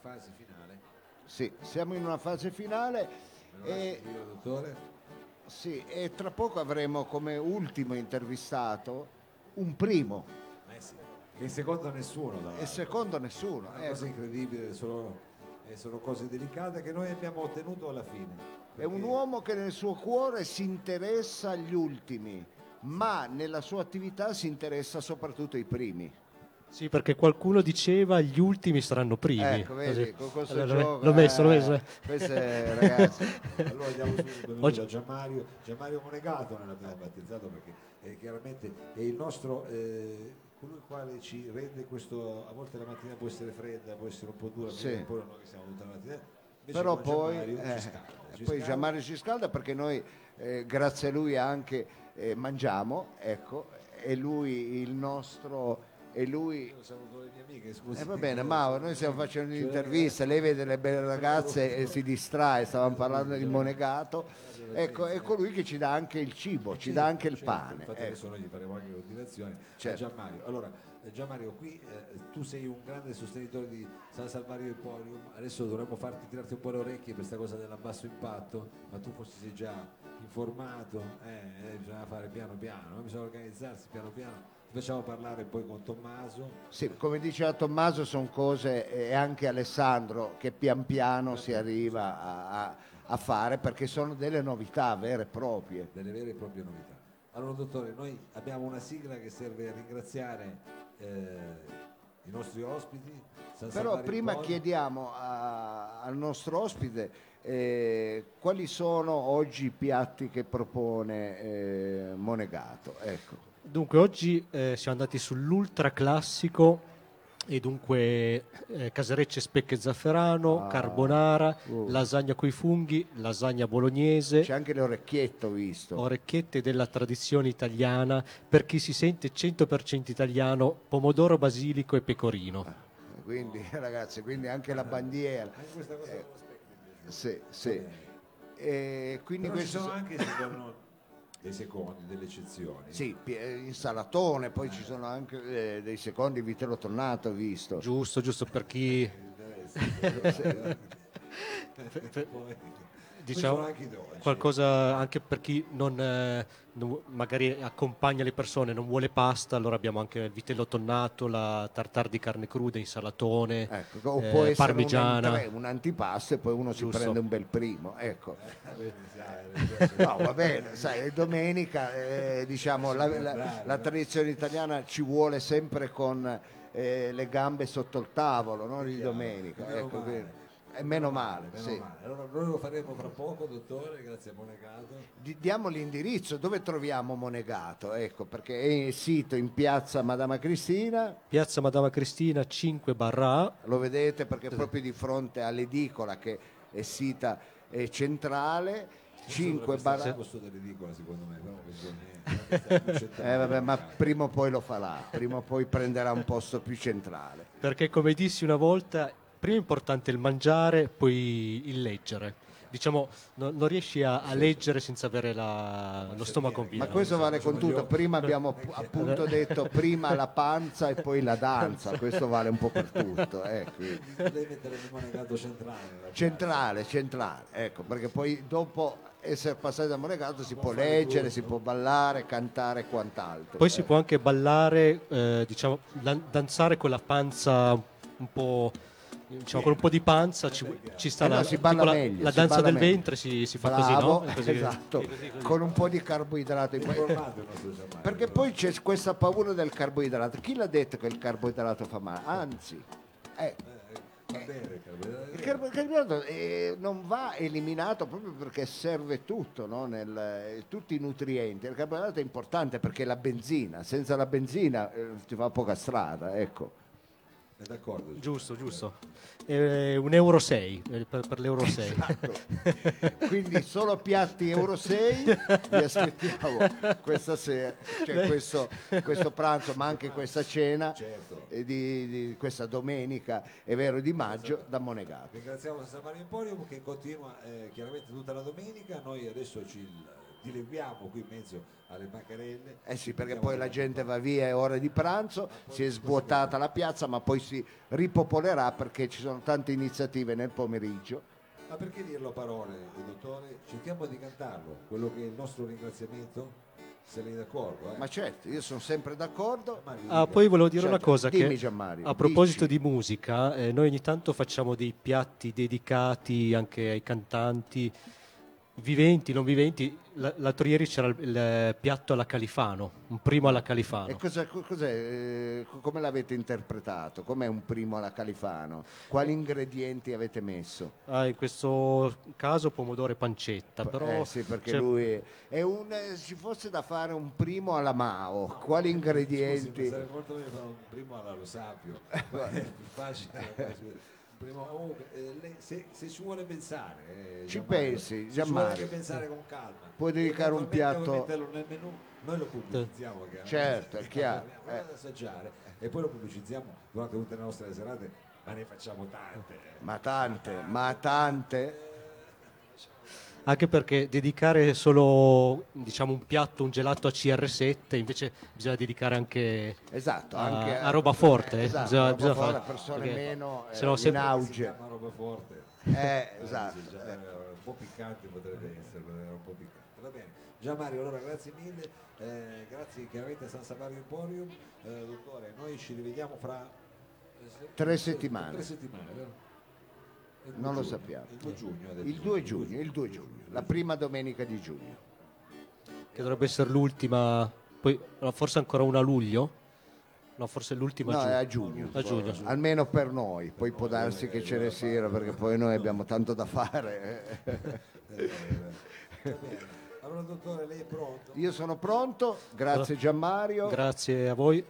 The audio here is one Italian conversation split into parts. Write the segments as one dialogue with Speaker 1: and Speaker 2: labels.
Speaker 1: fase finale.
Speaker 2: Sì, siamo in una fase finale
Speaker 1: Me lo
Speaker 2: e,
Speaker 1: lasci io, dottore?
Speaker 2: sì, e tra poco avremo come ultimo intervistato un primo
Speaker 1: Eh sì. Che secondo nessuno, tra
Speaker 2: e
Speaker 1: l'altro.
Speaker 2: secondo nessuno.
Speaker 1: Una
Speaker 2: ecco.
Speaker 1: cosa incredibile, sono, eh, sono cose delicate che noi abbiamo ottenuto alla fine.
Speaker 2: È un
Speaker 1: Perché-
Speaker 2: uomo che nel suo cuore si interessa agli ultimi, ma nella sua attività si interessa soprattutto ai primi.
Speaker 3: Sì, perché qualcuno diceva gli ultimi saranno primi.
Speaker 2: Ecco, vedi,
Speaker 3: Così.
Speaker 2: con questo
Speaker 3: Allora, l'ho,
Speaker 2: gioco,
Speaker 3: l'ho messo, l'ho
Speaker 2: eh,
Speaker 3: messo.
Speaker 2: questo è, ragazzi,
Speaker 1: Allora diamo subito il benvenuto
Speaker 3: Oggi-
Speaker 1: a Gianmario, Gianmario Monegato, noi l'abbiamo battezzato perché eh, chiaramente è il nostro, eh, colui il quale ci rende questo, a volte la mattina può essere fredda, può essere un po' dura,
Speaker 2: Sì.
Speaker 1: poi noi che siamo tutta la mattina, invece
Speaker 2: però
Speaker 1: con
Speaker 2: poi,
Speaker 1: Gianmario ci
Speaker 2: eh,
Speaker 1: scalda, ci
Speaker 2: poi
Speaker 1: scalda.
Speaker 2: Gianmario ci scalda perché noi, eh, grazie a lui anche eh, mangiamo, ecco, e lui il nostro, e lui...
Speaker 1: Io saluto le mie amiche, scusi.
Speaker 2: Eh, va bene, Mauro, noi stiamo facendo
Speaker 1: Cioè,
Speaker 2: un'intervista, lei vede le belle ragazze e si distrae, stavamo parlando di Monegato, ecco, è colui che ci dà anche il cibo, boh, ci dà anche il
Speaker 1: Certo,
Speaker 2: pane.
Speaker 1: Infatti
Speaker 2: ecco.
Speaker 1: adesso noi gli faremo anche continuazione.
Speaker 2: Certo.
Speaker 1: A Gianmario. Allora, eh, Gianmario, qui eh, tu sei un grande sostenitore di San Salvario Emporium, adesso dovremmo farti tirarti un po' le orecchie per questa cosa dell'abbasso impatto, ma tu forse sei già informato, eh, eh, bisogna fare piano piano, eh, bisogna organizzarsi piano piano. Ti facciamo parlare poi con Tommaso.
Speaker 2: Sì, come diceva Tommaso, sono cose e anche Alessandro che pian piano si arriva a, a- a fare perché sono delle novità vere e proprie.
Speaker 1: delle vere e proprie novità. Allora, dottore, noi abbiamo una sigla che serve a ringraziare eh, i nostri ospiti. San
Speaker 2: Però
Speaker 1: Salvario
Speaker 2: prima
Speaker 1: Emporium.
Speaker 2: chiediamo a- al nostro ospite eh, quali sono oggi i piatti che propone eh, Monegato. Ecco.
Speaker 3: Dunque, oggi eh, siamo andati sull'ultra classico e dunque eh, caserecce specche e zafferano,
Speaker 2: Ah.
Speaker 3: carbonara,
Speaker 2: Uh. Certo.
Speaker 3: lasagna coi funghi, lasagna bolognese.
Speaker 2: C'è anche l'orecchietto ho visto.
Speaker 3: Orecchiette della tradizione italiana per chi si sente 100% italiano, pomodoro basilico e
Speaker 2: Ah.
Speaker 3: pecorino.
Speaker 2: Quindi ragazzi, quindi anche la bandiera.
Speaker 1: Anche questa cosa con lo specchio, invece.
Speaker 2: Eh, Sì, sì.
Speaker 1: Va bene.
Speaker 2: E Eh, quindi
Speaker 1: Però ci
Speaker 2: questo
Speaker 1: sono anche secondo noi, dei secondi, delle eccezioni.
Speaker 2: Sì, pi- eh, in salatone, poi ci sono anche eh, dei secondi vitello tornato, ho visto.
Speaker 3: Giusto, giusto per
Speaker 1: Eh,
Speaker 3: chi diciamo qualcosa anche per chi non, eh, non- magari accompagna le persone, non vuole pasta, allora abbiamo anche il vitello tonnato, la tartar di carne cruda in salatone,
Speaker 2: Ecco, o
Speaker 3: eh,
Speaker 2: può essere
Speaker 3: parmigiana.
Speaker 2: Un, antre- un antipasto e poi uno si
Speaker 3: Giusto.
Speaker 2: prende un bel primo, ecco.
Speaker 1: Eh,
Speaker 2: No, va bene, sai, è domenica, eh, diciamo, la, la- la tradizione italiana ci vuole sempre con eh, le gambe sotto il tavolo, non di domenica.
Speaker 1: Meno
Speaker 2: ecco,
Speaker 1: male.
Speaker 2: quindi- e meno male,
Speaker 1: Meno
Speaker 2: sì.
Speaker 1: male. Allora noi lo faremo fra poco, dottore, grazie a Monegato.
Speaker 2: Di- Diamo l'indirizzo, dove troviamo Monegato? Ecco, perché è il sito in piazza Madama Cristina,
Speaker 3: piazza Madama Cristina 5 barra A,
Speaker 2: lo vedete perché è proprio di fronte all'edicola che è sita eh, centrale, 5 barra...
Speaker 1: questo dell'edicola secondo me, però bisogna
Speaker 2: Eh, vabbè, ma prima o poi lo farà, prima o poi prenderà un posto più centrale.
Speaker 3: perché come dissi una volta, prima è importante il mangiare, poi il leggere. Diciamo, no- non riesci a, a leggere senza avere la- lo stomaco in
Speaker 2: Ma
Speaker 3: pieno.
Speaker 2: questo vale
Speaker 1: facciamo
Speaker 2: con
Speaker 1: gli
Speaker 2: tutto,
Speaker 1: occhi.
Speaker 2: prima abbiamo app- appunto detto prima la panza e poi la danza, questo vale un po' per tutto. eh, quindi.
Speaker 1: Lei mettere il Monegato centrale. la
Speaker 2: Centrale, centrale, ecco, perché poi dopo essere passati da Monegato si può
Speaker 1: Può fare
Speaker 2: leggere,
Speaker 1: tutto.
Speaker 2: si può ballare, cantare e quant'altro.
Speaker 3: Poi si
Speaker 2: Eh,
Speaker 3: può anche ballare, eh, diciamo, lan- danzare con la panza un po'. Diciamo, con un po' di panza ci, ci sta
Speaker 2: eh
Speaker 3: la,
Speaker 2: no, si balla
Speaker 3: tipo la-
Speaker 2: meglio,
Speaker 3: la
Speaker 2: si
Speaker 3: danza
Speaker 2: balla
Speaker 3: del
Speaker 2: meglio.
Speaker 3: ventre, si, si fa
Speaker 2: Bravo,
Speaker 3: così, no? È così-
Speaker 2: esatto, con un po' di carboidrato. in
Speaker 1: È
Speaker 2: pa-
Speaker 1: informato il nostro Gianmario,
Speaker 2: Perché
Speaker 1: però.
Speaker 2: poi c'è questa paura del carboidrato. Chi l'ha detto che il carboidrato fa male? Anzi, eh,
Speaker 1: Va bene, Carmelo.
Speaker 2: il carbo- il carboidrato eh, non va eliminato proprio perché serve tutto, no? Nel, eh, tutti i nutrienti. Il carboidrato è importante perché è la benzina, senza la benzina eh, ti fa poca strada, ecco.
Speaker 1: È eh, d'accordo.
Speaker 3: Giusto, giusto. Eh, un euro 6 per, per l'euro 6.
Speaker 2: Esatto. Quindi solo piatti Euro 6 vi aspettiamo questa sera, cioè questo, questo pranzo, ma anche questa cena
Speaker 1: Certo.
Speaker 2: eh, di, di questa domenica, è vero, di maggio da Monegato.
Speaker 1: Ringraziamo San Mario Emporium che continua eh, chiaramente tutta la domenica. Noi adesso ci dileguiamo qui in mezzo alle bancarelle.
Speaker 2: Eh sì, perché poi la gente va via, è ora di pranzo, si è svuotata la piazza, ma poi si ripopolerà perché ci sono tante iniziative nel pomeriggio.
Speaker 1: Ma perché dirlo a parole, dottore? Cerchiamo di cantarlo, quello che è il nostro ringraziamento. Se lei è d'accordo, eh?
Speaker 2: Ma certo, io sono sempre d'accordo.
Speaker 1: Mario,
Speaker 3: Ah,
Speaker 1: dica.
Speaker 3: poi volevo dire
Speaker 2: Certo,
Speaker 3: una cosa
Speaker 2: dimmi
Speaker 3: che
Speaker 2: Gianmario,
Speaker 3: a proposito
Speaker 2: dici.
Speaker 3: di musica, eh, noi ogni tanto facciamo dei piatti dedicati anche ai cantanti viventi, non viventi. L- l'altro ieri c'era il, il piatto alla Califano, un primo alla Califano.
Speaker 2: E cosa- co- cos'è, eh, co- come l'avete interpretato? Com'è un primo alla Califano? Quali ingredienti avete messo?
Speaker 3: Ah, in questo caso pomodoro e pancetta, però
Speaker 2: Eh sì, perché
Speaker 3: c'è-
Speaker 2: lui è- è un, eh, ci fosse da fare un primo alla Mao, quali ingredienti?
Speaker 1: Scusi, sarebbe molto meglio fare un primo alla Lo Sapio, è più facile. Primo- comunque, eh, lei- se, se ci vuole pensare, eh,
Speaker 2: Ci
Speaker 1: Gianmario,
Speaker 2: pensi,
Speaker 1: se ci
Speaker 2: Gianmario.
Speaker 1: vuole anche pensare con calma.
Speaker 2: Puoi dedicare un
Speaker 1: Eventualmente
Speaker 2: piatto-
Speaker 1: puoi metterlo nel menù, noi lo pubblicizziamo, chiaramente.
Speaker 2: Certo, è chiaro,
Speaker 1: Abbiamo da assaggiare e poi lo pubblicizziamo durante tutte le nostre serate, ma ne facciamo tante. eh.
Speaker 2: Ma tante, ma tante.
Speaker 3: Anche perché dedicare solo diciamo, un piatto, un gelato a CR7, invece bisogna dedicare anche
Speaker 2: Esatto,
Speaker 3: a-
Speaker 2: anche
Speaker 3: a roba forte,
Speaker 2: eh, esatto,
Speaker 3: bisogna-
Speaker 2: a roba
Speaker 3: bisogna
Speaker 2: forte,
Speaker 3: fare-
Speaker 2: a persone
Speaker 3: perché
Speaker 2: meno eh,
Speaker 3: se no
Speaker 2: in
Speaker 3: sempre-
Speaker 1: Si
Speaker 2: auge.
Speaker 1: chiama roba forte.
Speaker 2: Eh,
Speaker 1: Eh, sì,
Speaker 2: esatto.
Speaker 1: già, eh, un po' piccante potrebbe essere, potrebbe un po' piccante. Va bene. Gian Mario, allora grazie mille, eh, grazie chiaramente a San Savario Emporium. Eh, dottore, noi ci rivediamo fra eh, se-
Speaker 2: Tre settimane.
Speaker 1: Tre settimane, vero? Il due
Speaker 2: Non lo
Speaker 1: giugno,
Speaker 2: sappiamo.
Speaker 1: Il 2 giugno. ha detto.
Speaker 2: Il 2 giugno, il 2 giugno, la prima domenica di giugno.
Speaker 3: che dovrebbe essere l'ultima, poi no, forse ancora una a luglio? No, forse l'ultima
Speaker 2: No,
Speaker 3: a
Speaker 2: è
Speaker 3: giugno.
Speaker 2: a giugno.
Speaker 3: A giugno.
Speaker 2: Almeno per noi, poi può darsi che ce ne siano perché poi noi abbiamo tanto da fare.
Speaker 1: Eh, eh, va bene. Allora, dottore, lei è pronto?
Speaker 2: Io sono pronto, grazie Gianmario,
Speaker 3: Grazie a voi.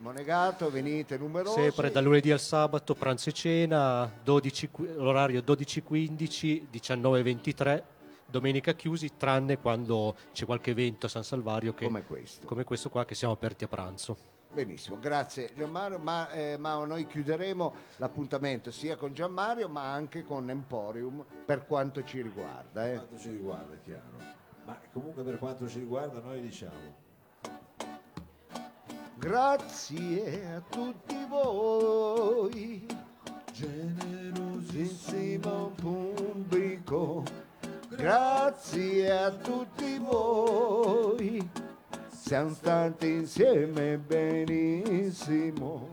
Speaker 2: Monegato, venite numerosi.
Speaker 3: Sempre dal lunedì al sabato, pranzo e cena, 12 qui- l'orario 12.15, 19.23, domenica chiusi, tranne quando c'è qualche evento a San Salvario che-
Speaker 2: Come questo.
Speaker 3: come questo qua che siamo aperti a pranzo.
Speaker 2: Benissimo, grazie Gianmario, ma, eh, Mao, noi chiuderemo l'appuntamento sia con Gianmario ma anche con Emporium per quanto ci riguarda.
Speaker 1: Per
Speaker 2: eh.
Speaker 1: quanto ci riguarda, è chiaro. Ma comunque per quanto ci riguarda noi diciamo...
Speaker 2: Grazie a tutti voi, generosissimo pubblico, grazie a tutti voi, siamo stati insieme benissimo,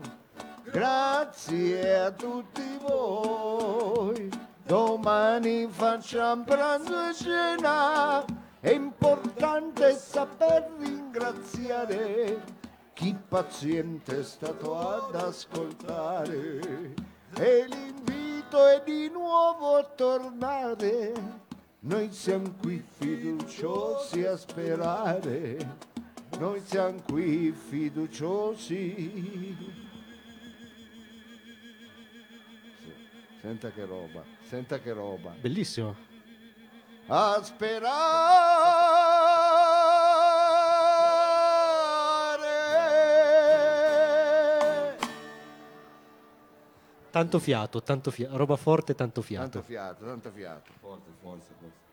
Speaker 2: grazie a tutti voi, domani facciamo pranzo e cena, è importante saper ringraziare chi paziente è stato ad ascoltare e l'invito è di nuovo a tornare. Noi siamo qui fiduciosi a sperare, noi siamo qui fiduciosi. Senta che roba, senta che roba
Speaker 3: Bellissimo.
Speaker 2: a sperare.
Speaker 3: Tanto fiato, tanto fiato, roba forte, tanto fiato.
Speaker 2: Tanto fiato, tanto fiato.
Speaker 1: Forte, forza, forza.